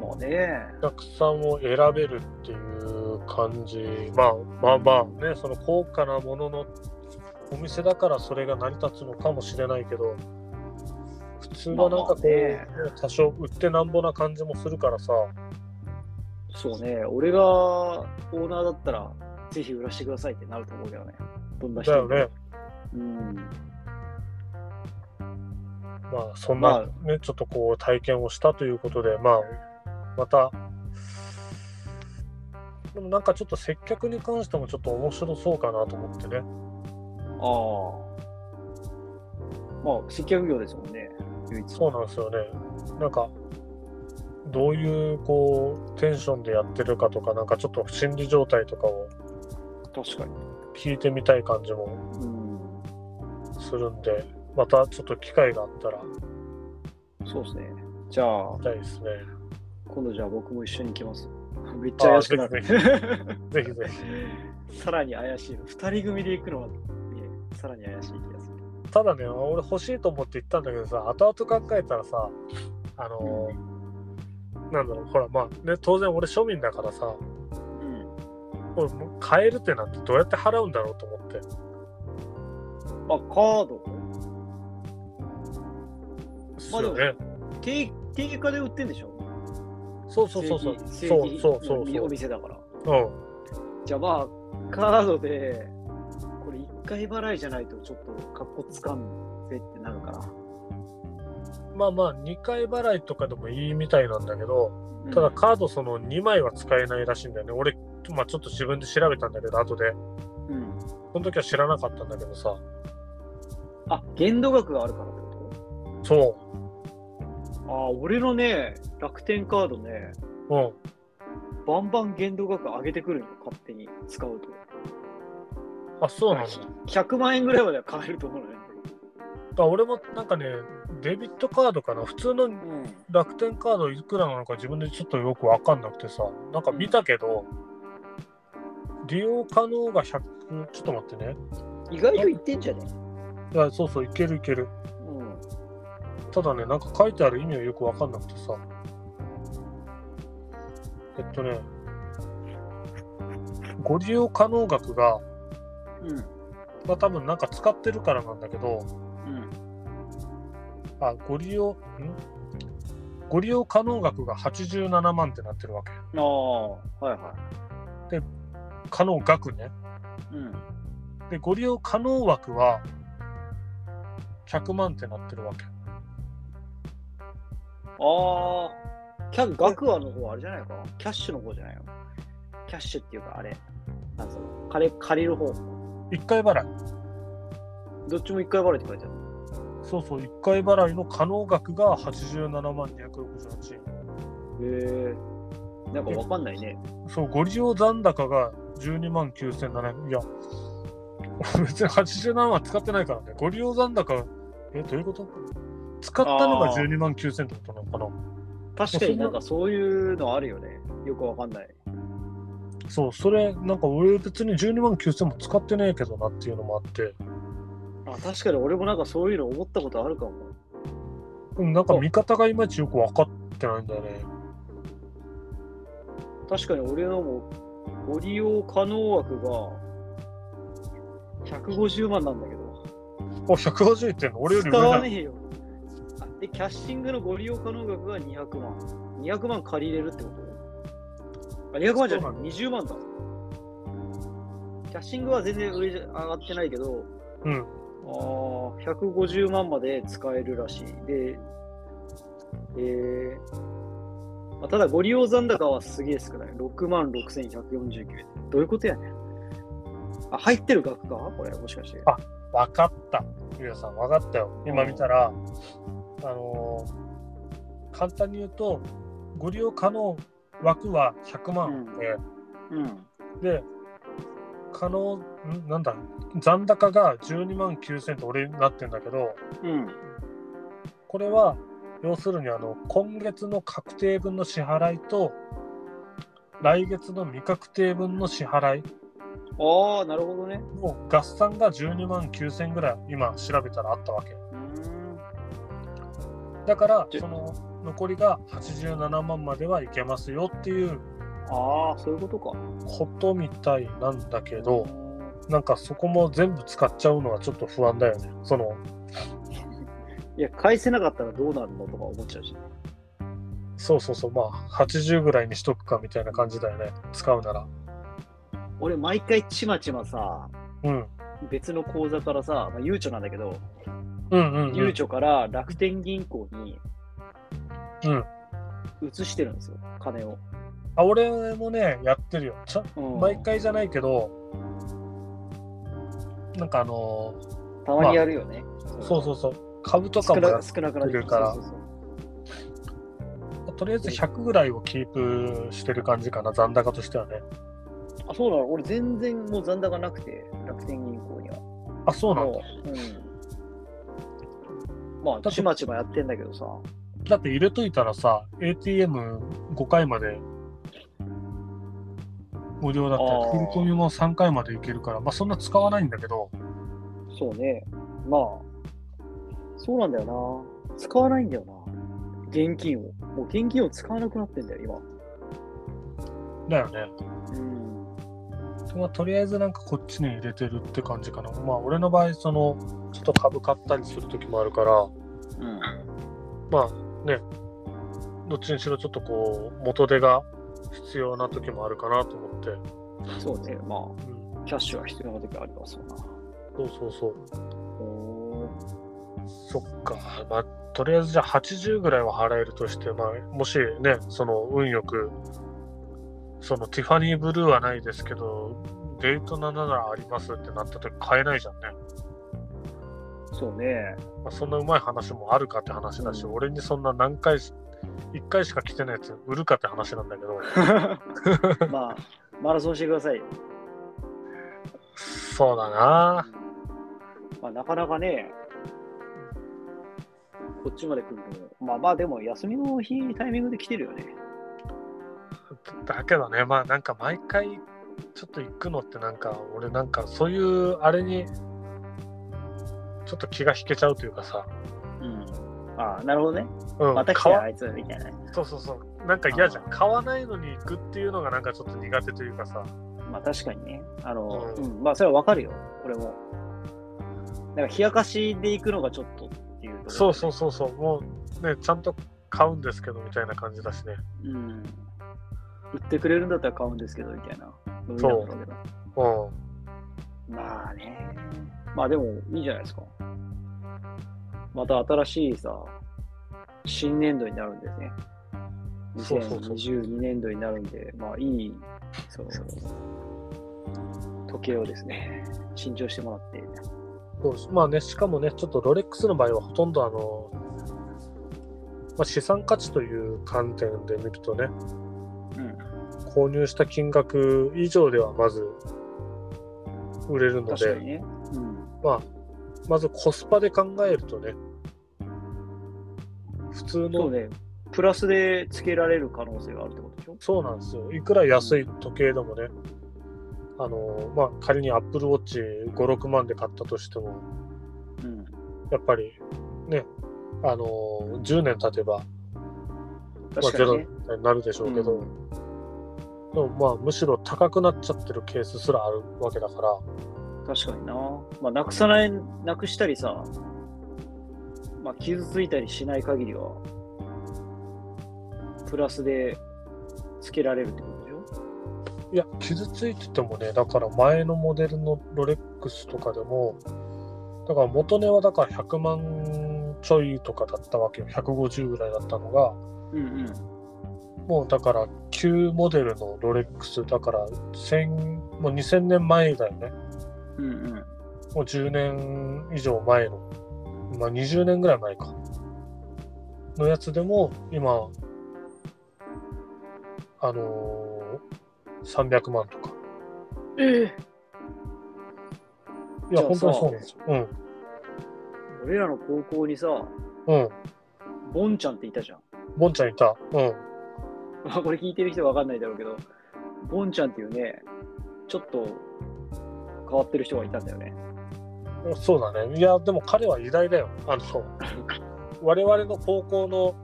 Speaker 1: もうね。
Speaker 2: お客さんを選べるっていう感じ。まあまあまあね、その高価なもののお店だからそれが成り立つのかもしれないけど、普通はなんかこう、
Speaker 1: まあまあね
Speaker 2: 多少売ってなんぼな感じもするからさ、
Speaker 1: そうね、俺がオーナーだったら、ぜひ売らせてくださいってなると思うけどね。どんな人
Speaker 2: だ
Speaker 1: でも
Speaker 2: よね。
Speaker 1: うん。
Speaker 2: まあそんな、ねちょっとこう体験をしたということで、まあまた、でもなんかちょっと接客に関してもちょっと面白そうかなと思ってね。
Speaker 1: ああ。まあ、接客業ですもんね、唯一。
Speaker 2: そうなんですよね。なんか、どういうこうテンションでやってるかとか、なんかちょっと心理状態とかを
Speaker 1: 確かに。
Speaker 2: 聞いてみたい感じも
Speaker 1: うん。
Speaker 2: するんで、またちょっと機会があったら
Speaker 1: そうですね。じゃあ
Speaker 2: 見、たいですね。
Speaker 1: 今度じゃあ僕も一緒に行きます。 めっちゃ怪しくなる。
Speaker 2: ぜひぜひ。
Speaker 1: さらに怪しい。二人組で行くのは、ね、さらに怪しい気がする。
Speaker 2: ただね俺欲しいと思って言ったんだけどさ後々考えたらさあのーなんだろうほらまあね当然俺庶民だからさ
Speaker 1: うん。
Speaker 2: 俺もう買えるってなんてどうやって払うんだろうと思って
Speaker 1: まあ、カード
Speaker 2: です
Speaker 1: まあ
Speaker 2: よね、
Speaker 1: 定定価で売ってんでしょ
Speaker 2: そうそうそうそう
Speaker 1: 正
Speaker 2: そ
Speaker 1: 規
Speaker 2: うそうそ
Speaker 1: 正
Speaker 2: う
Speaker 1: 規
Speaker 2: そ
Speaker 1: お
Speaker 2: う
Speaker 1: 店だから。
Speaker 2: うん
Speaker 1: じゃあまあ、カードで、これ1回払いじゃないとちょっと格好つかんぜってなるから。
Speaker 2: まあまあ2回払いとかでもいいみたいなんだけど
Speaker 1: うん
Speaker 2: ただカードその2枚は使えないらしいんだよね俺、まあ、ちょっと自分で調べたんだけど後で
Speaker 1: うん。
Speaker 2: その時は知らなかったんだけどさ
Speaker 1: あ、限度額があるからってこ
Speaker 2: そ
Speaker 1: とあ、俺のね、楽天カードね、
Speaker 2: ううん
Speaker 1: バンバン限度額上げてくるのよ、勝手に使うと。
Speaker 2: あそうなんだ
Speaker 1: 100万円ぐらいまでは買えると思うのね。
Speaker 2: あ俺もなんかねデビットカードかな普通の楽天カードいくらなのか自分でちょっとよく分かんなくてさなんか見たけど、利用可能が100ちょっと待ってね
Speaker 1: 意外といってんじゃね
Speaker 2: いやそうそういけるいける
Speaker 1: うん。
Speaker 2: ただねなんか書いてある意味はよく分かんなくてさえっとねご利用可能額が、
Speaker 1: うん。
Speaker 2: まあ、多分なんか使ってるからなんだけど
Speaker 1: うん。
Speaker 2: あご利用んご利用可能額が87万ってなってるわけ
Speaker 1: ああ、はいは
Speaker 2: 可能額ね
Speaker 1: い。うん。
Speaker 2: でご利用可能枠は100万ってなってるわけ
Speaker 1: ああ、キャ額はの方あれじゃないかキャッシュの方じゃないのキャッシュっていうかあれ、なんその、借り借りる方。
Speaker 2: 1回払い
Speaker 1: どっちも一回払いって書いてある。
Speaker 2: そうそう1回払いの可能額が87万268円
Speaker 1: へえ。なんかわかんないね。
Speaker 2: そうご利用残高が12万9700円いや俺別に87万使ってないからねご利用残高えどういうこと使ったのが12万9000ってことなのかな
Speaker 1: 確かになんかそういうのあるよね。よくわかんない。
Speaker 2: そう、それ、なんか俺別に12万9000も使ってねえけどなっていうのもあって、
Speaker 1: あ、確かに俺もなんかそういうの思ったことあるかも。
Speaker 2: うんなんか見方がいまいちよく分かってないんだよね。
Speaker 1: 確かに俺のも、ご利用可能枠が、150万なんだけど。
Speaker 2: お、150ってんの俺より
Speaker 1: 使
Speaker 2: 上
Speaker 1: わ
Speaker 2: だ。
Speaker 1: ねえよ。あで、キャッシングのご利用可能額が200万。200万借りれるってことあ ?200 万じゃない、
Speaker 2: そうな
Speaker 1: 20万だ。キャッシングは全然上じゃ上がってないけど、
Speaker 2: うん。
Speaker 1: あー150万まで使えるらしい。で、えーまあ、ただご利用残高はすげえ少ない。6万6149円。どういうことやねん。あ、入ってる額かこれ、もしかして。
Speaker 2: あ分かった。ゆうやさん、分かったよ。今見たら、あのー簡単に言うと、ご利用可能枠は100万
Speaker 1: うん。
Speaker 2: で、で、可能、んなんだ、残高が12万9000って俺になってんだけど、
Speaker 1: うん。
Speaker 2: これは要するにあの今月の確定分の支払いと来月の未確定分の支払い
Speaker 1: ああ、なるほどね。
Speaker 2: の合算が12万9000ぐらい今調べたらあったわけ
Speaker 1: うーん
Speaker 2: だから
Speaker 1: じゃ
Speaker 2: その残りが87万まではいけますよっていう
Speaker 1: ああ、そういうことか。
Speaker 2: ことみたいなんだけ
Speaker 1: う
Speaker 2: ど
Speaker 1: ーん
Speaker 2: なんかそこも全部使っちゃうのはちょっと不安だよねその
Speaker 1: いや、返せなかったらどうなるのとか思っちゃうし。
Speaker 2: そうそうそうまあ80ぐらいにしとくかみたいな感じだよね使うなら
Speaker 1: 俺、毎回ちまちまさ、
Speaker 2: うん
Speaker 1: 別の口座からさ、まあ、ゆうちょなんだけど、
Speaker 2: うんうんう
Speaker 1: ゆうんちょから楽天銀行に
Speaker 2: うん
Speaker 1: 移してるんですよ、金を。
Speaker 2: あ俺もねやってるよちゃ
Speaker 1: うん
Speaker 2: 毎回じゃないけど、なんかあの
Speaker 1: たまにやるよね。
Speaker 2: ーそうそうそう、株とか
Speaker 1: 少
Speaker 2: もや
Speaker 1: な
Speaker 2: っ
Speaker 1: 少なくなって
Speaker 2: くるから
Speaker 1: そうそうそう
Speaker 2: とりあえず100ぐらいをキープしてる感じかな、残高としてはね。
Speaker 1: あ、そうなの俺、全然もう残高なくて、楽天銀行には。
Speaker 2: あ、そうなんだ。
Speaker 1: もううん。まあ、ちまちまやってんだけどさ。
Speaker 2: だって入れといたらさ、ATM5 回まで無料だった
Speaker 1: あ
Speaker 2: り
Speaker 1: ー、
Speaker 2: 振り込みも3回までいけるから、まあそんな使わないんだけど、
Speaker 1: そうね。まあ、そうなんだよな。使わないんだよな。現金を。もう現金を使わなくなってんだよ、今。
Speaker 2: だよね。
Speaker 1: うん。
Speaker 2: まあ、とりあえずなんかこっちに入れてるって感じかな。まあ、俺の場合、その、ちょっと株買ったりする時もあるから、
Speaker 1: うん。
Speaker 2: まあね、どっちにしろちょっとこう、元手が必要な時もあるかなと思って、
Speaker 1: そうね。ま
Speaker 2: うん、
Speaker 1: あ、キャッシュは必要な時ありますよな。
Speaker 2: そうそうそう。
Speaker 1: お
Speaker 2: そっか、まあ、とりあえずじゃあ80ぐらいは払えるとして、まあ、もしね、その運よく、そのティファニーブルーはないですけど、デート7ならありますってなった時買えないじゃんね。
Speaker 1: ーそうね。
Speaker 2: まあ、そんなうまい話もあるかって話だし、
Speaker 1: うん
Speaker 2: 俺にそんな何回し、1回しか来てないやつ売るかって話なんだけ ど、
Speaker 1: まあ、マラソンしてくださいよ。
Speaker 2: そうだな。
Speaker 1: まあ、なかなかね、こっちまで来るの。まあまあ、でも休みの日、タイミングで来てるよね。
Speaker 2: だけどね、まあなんか毎回ちょっと行くのってなんか、俺なんかそういうあれに、ちょっと気が引けちゃうというかさ、
Speaker 1: うん。ああ、なるほどね。
Speaker 2: うん、
Speaker 1: また来た
Speaker 2: 買
Speaker 1: よ
Speaker 2: わ
Speaker 1: あいつ、みたいな。
Speaker 2: そうそうそうなんか嫌じゃん買わないのに行くっていうのがなんかちょっと苦手というかさ
Speaker 1: まあ確かにね。あの、
Speaker 2: う
Speaker 1: うんん、まあそれはわかるよ。俺も。なんか冷やかしで行くのがちょっとっていうところ、。
Speaker 2: そうそううそうそうもうねちゃんと買うんですけどみたいな感じだしね
Speaker 1: うん。売ってくれるんだったら買うんですけど、みたいな。
Speaker 2: そう
Speaker 1: 飲みなんだろけど
Speaker 2: うん
Speaker 1: まあね。まあでも、いいじゃないですか。また新しいさ、新年度になるんですね。
Speaker 2: そうそうそう
Speaker 1: 2022年度になるんで、まあいい、その、時計をですね、新調してもらって。
Speaker 2: そうですまあねしかもねちょっとロレックスの場合はほとんどあの、まあ、資産価値という観点で見るとね
Speaker 1: うん。
Speaker 2: 購入した金額以上ではまず売れるの
Speaker 1: 確か
Speaker 2: で、
Speaker 1: にね。うん。
Speaker 2: まあ、まずコスパで考えるとね普通
Speaker 1: そう
Speaker 2: の
Speaker 1: ね。プラスでつけられる可能性があるってことでしょ
Speaker 2: そうなんですよ。いくら安い時計でもね、あの、まあ、仮に Apple Watch5、6万で買ったとしても、
Speaker 1: うん。
Speaker 2: やっぱりね、あの、10年経てば、まあ、
Speaker 1: 確か
Speaker 2: ゼロ
Speaker 1: にね
Speaker 2: に。なるでしょうけど、
Speaker 1: うん
Speaker 2: でもまあ、むしろ高くなっちゃってるケースすらあるわけだから、
Speaker 1: 確かにな。まあ、なくさない、なくしたりさ、まあ、傷ついたりしない限りは、プラスでつけられるってことでしょ
Speaker 2: いや、傷ついててもね、だから前のモデルのロレックスとかでも、だから元値はだから100万ちょいとかだったわけよ、150ぐらいだったのが、
Speaker 1: うん
Speaker 2: もうだから旧モデルのロレックスだから1000もう2000年前だよね
Speaker 1: うん。うんうん。
Speaker 2: もう10年以上前のまあ20年ぐらい前かのやつでも今あのー、300万とか
Speaker 1: ええ
Speaker 2: いや
Speaker 1: じゃあ
Speaker 2: 本当にそうなんですよ
Speaker 1: 俺らの高校にさ、
Speaker 2: うんうん
Speaker 1: ボンちゃんっていたじゃん。
Speaker 2: ボンちゃんいたうん
Speaker 1: まあ、これ聞いてる人はわかんないだろうけど、ボンちゃんっていうね、ちょっと変わってる人がいたんだよね。
Speaker 2: そうだね。いや、でも彼は偉大だよ。あの、 我々の高校の、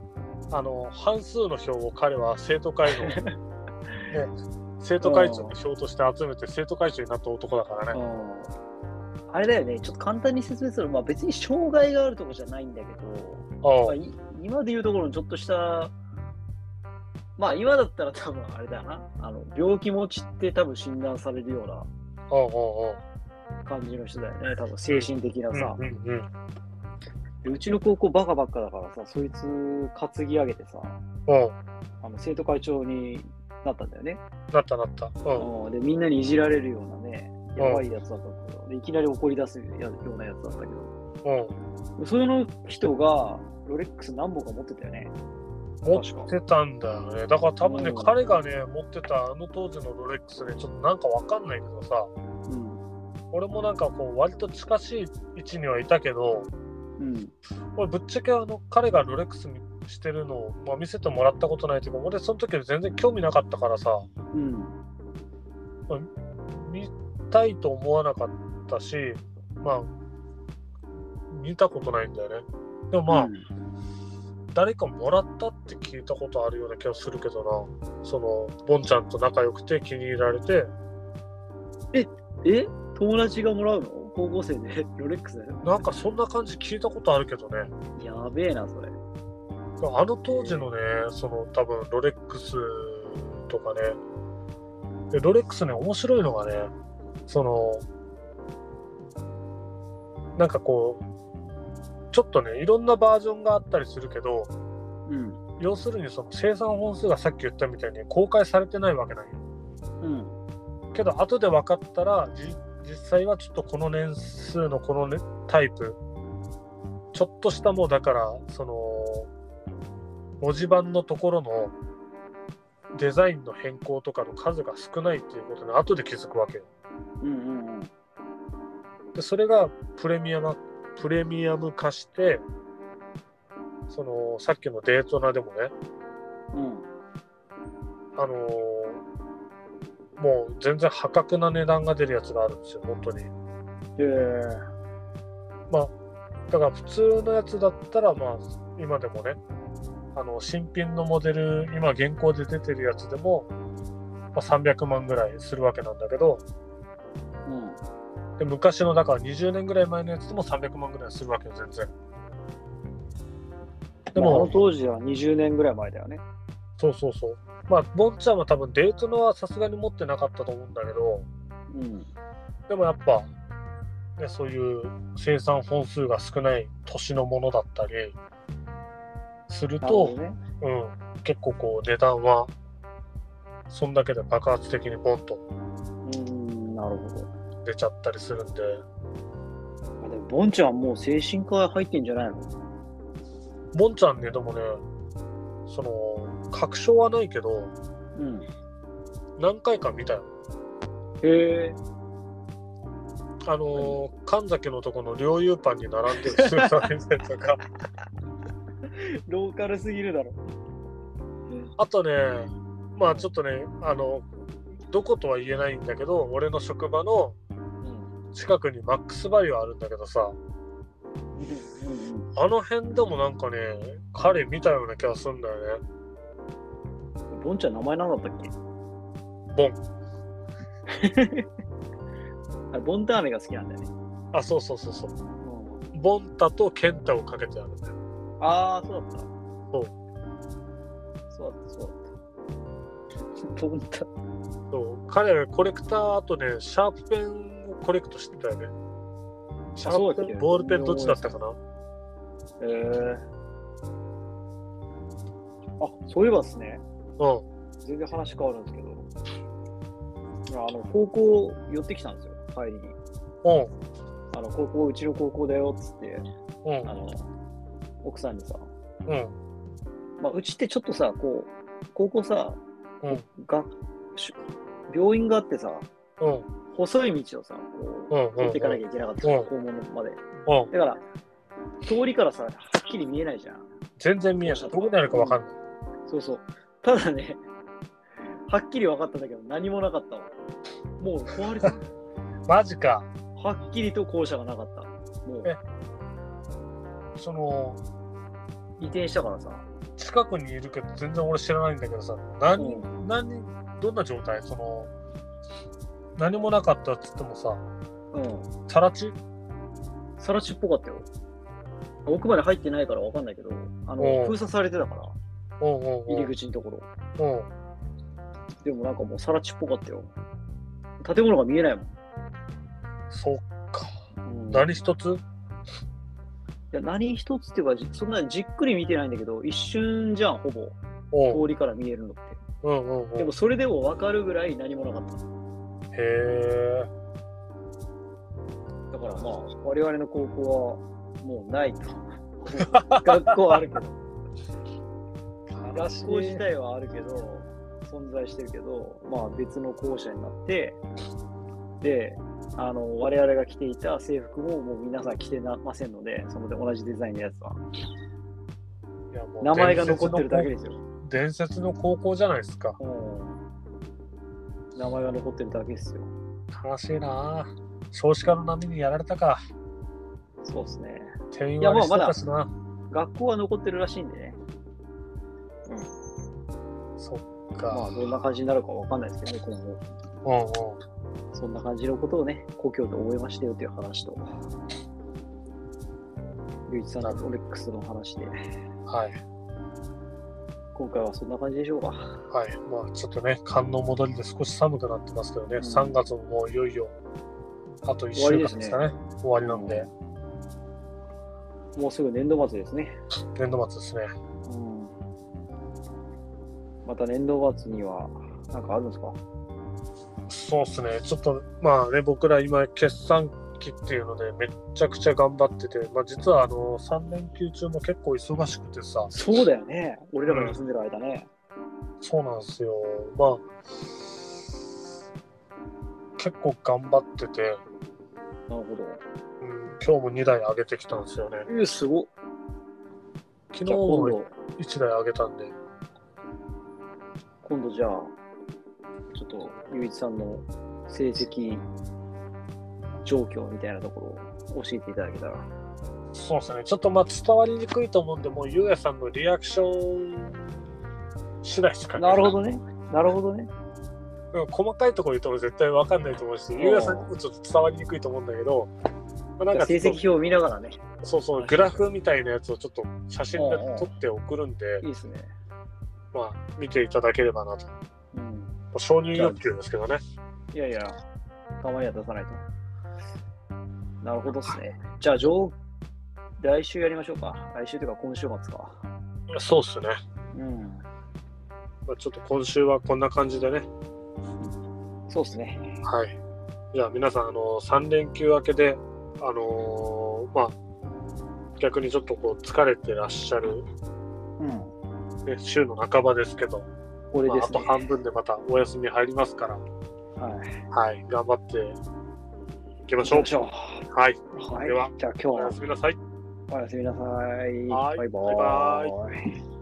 Speaker 2: あの、半数の票を彼は生徒会 の、ね、生徒会長の票として集めて生徒会長になった男だからね。
Speaker 1: うんあれだよね、ちょっと簡単に説明すると、まあ、別に障害があるとこじゃないんだけど、まあ、
Speaker 2: う、
Speaker 1: い今でいうところのちょっとした、まあ今だったら多分あれだよな、あの病気持ちって多分診断されるようなん
Speaker 2: う、
Speaker 1: 感じの人だよね、多分精神的なん
Speaker 2: うん、うん。
Speaker 1: さ。
Speaker 2: うん、うん、うん。
Speaker 1: でうちの高校バカばっかだからさ、そいつ担ぎ上げてさ、
Speaker 2: うん、
Speaker 1: あの生徒会長になったんだよね、
Speaker 2: なったなった。うん、
Speaker 1: うんで。みんなにいじられるようなね、やばいやつだったんだけど、でいきなり怒り出すようなやつだったけど。
Speaker 2: うん。
Speaker 1: それの人がロレックス何本か持ってたよね。
Speaker 2: 持
Speaker 1: 確か
Speaker 2: ってたんだよね。だから多分ね、
Speaker 1: うん
Speaker 2: 彼がね、持ってたあの当時のロレックスね、ちょっとなんかわかんないけどさ、
Speaker 1: うん。
Speaker 2: 俺もなんかこう、割と近しい位置にはいたけど、
Speaker 1: うん。
Speaker 2: 俺ぶっちゃけあの彼がロレックスしてるのを、まあ、見せてもらったことないというか俺その時は全然興味なかったからさ
Speaker 1: うん。
Speaker 2: 見たいと思わなかったしまあ見たことないんだよねでもまあ、
Speaker 1: うん
Speaker 2: 誰かもらったって聞いたことあるような気がするけどなそのボンちゃんと仲良くて気に入られて
Speaker 1: え友達がもらうの高校生で ロレックス
Speaker 2: なんかそんな感じ聞いたことあるけどね
Speaker 1: やべえな、それ。
Speaker 2: あの当時のねその多分ロレックスとかねでロレックスね面白いのがねそのなんかこうちょっとねいろんなバージョンがあったりするけど
Speaker 1: うん。
Speaker 2: 要するにその生産本数がさっき言ったみたいに公開されてないわけなんよ
Speaker 1: うん。
Speaker 2: けど後で分かったらじ実際はちょっとこの年数のこの、ね、タイプちょっとしたもうだからその文字盤のところのデザインの変更とかの数が少ないっていうことに後で気づくわけよ
Speaker 1: うんうんうん。
Speaker 2: でそれがプレミアムプレミアム化してそのさっきのデートナでもね
Speaker 1: うん。
Speaker 2: あのもう全然破格な値段が出るやつがあるんですよ本当に
Speaker 1: へえ
Speaker 2: だから普通のやつだったら、まあ、今でもね、あの新品のモデル、今現行で出てるやつでも、まあ、300万ぐらいするわけなんだけど、
Speaker 1: うん。
Speaker 2: で昔の、だから20年ぐらい前のやつでも300万ぐらいするわけよ、全然。で
Speaker 1: でも、あ
Speaker 2: も
Speaker 1: の、当時は20年ぐらい前だよね。
Speaker 2: そうそうそう。まあ、ボンちゃんは多分デートのはさすがに持ってなかったと思うんだけど、
Speaker 1: うん。
Speaker 2: でもやっぱ、ね、そういう生産本数が少ない年のものだったりする
Speaker 1: なるほ
Speaker 2: と、
Speaker 1: どね。
Speaker 2: うん、結構こう値段はそんだけで爆発的にボンと
Speaker 1: うん、なるほど。
Speaker 2: 出ちゃったりするんで
Speaker 1: あでも、ボンちゃんはもう精神科入ってんじゃないの
Speaker 2: ボンちゃんねでもねその確証はないけど
Speaker 1: うん。
Speaker 2: 何回か見たよ
Speaker 1: へえ。
Speaker 2: あのー神崎のとこの猟友パンに並んでるスーパー店とか
Speaker 1: ローカルすぎるだろ。
Speaker 2: あとねまあちょっとねあのどことは言えないんだけど俺の職場の
Speaker 1: うん。
Speaker 2: 近くにマックスバリューあるんだけどさあの辺でもなんかね彼見たような気がするんだよね
Speaker 1: ボンちゃん名前なんだったっけ
Speaker 2: ボン
Speaker 1: あれ、ボンターメが好きなんだよね。
Speaker 2: あそうそうそうそうボンタとケンタをかけてあるんだよ。
Speaker 1: ああ、そうだった。。
Speaker 2: そう
Speaker 1: そうだった、そうだった。ボンタ。
Speaker 2: そう彼はコレクター、あとね、シャープペンをコレクトしてたよね。シャ
Speaker 1: そうだ
Speaker 2: ープ
Speaker 1: っけ
Speaker 2: ペン、ボールペンどっちだったかな
Speaker 1: へえあそういえばですね、
Speaker 2: うん。
Speaker 1: 全然話変わるんですけど、あの高校寄ってきたんですよ、帰りに。
Speaker 2: うん。
Speaker 1: あの高校、うちの高校だよっつって、
Speaker 2: う
Speaker 1: あ
Speaker 2: ん。
Speaker 1: の奥さんにさ、
Speaker 2: うん。
Speaker 1: まあ、うちってちょっとさ、こう高校さ、
Speaker 2: うん
Speaker 1: がし病院があってさ、
Speaker 2: うん。
Speaker 1: 細い道をさ、こ
Speaker 2: うん。
Speaker 1: う、
Speaker 2: うん。
Speaker 1: 通っていかなきゃいけなかった、
Speaker 2: うん
Speaker 1: 校門まで。
Speaker 2: うん。
Speaker 1: だから、通りからさ、はっきり見えないじゃん。
Speaker 2: 全然見えない。どこにあるかわかんない。
Speaker 1: そうそう。ただね、はっきり分かったんだけど、何もなかったわ。もう壊れ てる。
Speaker 2: マジか。
Speaker 1: はっきりと校舎がなかった。もう
Speaker 2: えその、
Speaker 1: 移転したからさ。
Speaker 2: 近くにいるけど、全然俺知らないんだけどさ、何、
Speaker 1: うん
Speaker 2: 何、どんな状態その、何もなかったっつってもさ、
Speaker 1: うん。
Speaker 2: さらち
Speaker 1: さらちっぽかったよ。奥まで入ってないから分かんないけど、あ
Speaker 2: お
Speaker 1: の
Speaker 2: う
Speaker 1: 封鎖されてたから、
Speaker 2: うんうんうん。
Speaker 1: 入り口のところ。
Speaker 2: うん。
Speaker 1: でもなんかもうさらちっぽかったよ。建物が見えないも
Speaker 2: そっか。
Speaker 1: ん。い
Speaker 2: 何一つ
Speaker 1: や何一つっていうか、じそんなじっくり見てないんだけど、一瞬じゃん、ほぼ。
Speaker 2: うん。
Speaker 1: 通りから見えるのって。
Speaker 2: うんうんうん、
Speaker 1: でもそれでも分かるぐらい何もなかった。
Speaker 2: へえ
Speaker 1: だからまあ、我々の高校はもうないと。学校はあるけど、学校自体はあるけど、存在してるけど、まあ別の校舎になって、で、あの、我々が着ていた制服ももう皆さん着てなませんので、そので同じデザインのやつは。
Speaker 2: いやもう
Speaker 1: 名前が残ってるだけですよ。
Speaker 2: 伝説の高校じゃないですか
Speaker 1: うん名前が残ってるだけですよ。
Speaker 2: 悲しいなあ少子化の波にやられたか
Speaker 1: そうですね。
Speaker 2: 転員
Speaker 1: いや
Speaker 2: 割
Speaker 1: ま
Speaker 2: り
Speaker 1: あ
Speaker 2: してたしな、
Speaker 1: 学校は残ってるらしいんでね。
Speaker 2: そっ
Speaker 1: ま
Speaker 2: か
Speaker 1: あ、。どんな感じになるかわかんないですけどね、今後。
Speaker 2: うんうん。
Speaker 1: そんな感じのことをね、故郷で覚えましたよという話と、ゆういちさんのオレックスの話で、
Speaker 2: はい。
Speaker 1: 今回はそんな感じでしょうか。
Speaker 2: はい。まあ、ちょっとね、寒の戻りで少し寒くなってますけどね、
Speaker 1: うん
Speaker 2: 3月ももういよいよ、あと1
Speaker 1: 終わり
Speaker 2: 週
Speaker 1: で
Speaker 2: 間
Speaker 1: す
Speaker 2: で
Speaker 1: ね
Speaker 2: すかね、終わりなんで、
Speaker 1: もうすぐ年度末ですね。
Speaker 2: 年度末ですね。
Speaker 1: うん、また年度末には、なんかあるんですか
Speaker 2: そうですね、ちょっとまあね、僕ら今、決算期っていうので、めっちゃくちゃ頑張ってて、まあ、実はあの3連休中も結構忙しくてさ、
Speaker 1: そうだよね。俺らが休んでる間ね。
Speaker 2: そうなんですよ、まあ、結構頑張ってて、
Speaker 1: なるほど。
Speaker 2: うん、今日も2台上げてきたんですよね。
Speaker 1: えー、すごっ。じ
Speaker 2: 昨日
Speaker 1: ゃあ今
Speaker 2: も
Speaker 1: 度、
Speaker 2: 1台上げたんで、
Speaker 1: 今度じゃあ、ちょっと、ゆういちさんの成績状況みたいなところを教えていただけたら。
Speaker 2: そうですね、ちょっとまあ伝わりにくいと思うんで、もうゆうやさんのリアクション次第しか
Speaker 1: なるほどね。なるほどね。
Speaker 2: うん細かいところ言っても絶対わかんないと思うし、ゆうやさんにもちょっと伝わりにくいと思うんだけど、まあ、なんか
Speaker 1: 成績表を見ながらね。
Speaker 2: そうそう、グラフみたいなやつをちょっと写真で撮って送るんで
Speaker 1: いい、ですね。
Speaker 2: まあ、見ていただければなと。ま
Speaker 1: うん。
Speaker 2: あ承認欲求ですけどね。
Speaker 1: いやいや、たまには出さないと。なるほどですね。じゃあ、上、来週やりましょうか。来週というか、今週末か。
Speaker 2: そうっすね。
Speaker 1: うん。
Speaker 2: まあ、ちょっと今週はこんな感じでね。
Speaker 1: そうですね。
Speaker 2: はい。じゃあ皆さん、あの3連休明けで、あのーまあ、逆にちょっとこう疲れてらっしゃる、
Speaker 1: うん。
Speaker 2: ね、週の半ばですけど、
Speaker 1: 俺
Speaker 2: まあ
Speaker 1: で
Speaker 2: あ
Speaker 1: すね
Speaker 2: と。半分でまたお休み入りますから、
Speaker 1: はい。
Speaker 2: はい、頑張っていきまし
Speaker 1: 行き
Speaker 2: ょ
Speaker 1: ましょ
Speaker 2: う。はい、
Speaker 1: う。はい。
Speaker 2: では
Speaker 1: じゃあ、今日
Speaker 2: おや
Speaker 1: は
Speaker 2: すみなさい。
Speaker 1: おやすみなさい。
Speaker 2: はい
Speaker 1: バイバ
Speaker 2: バイ
Speaker 1: ーイ。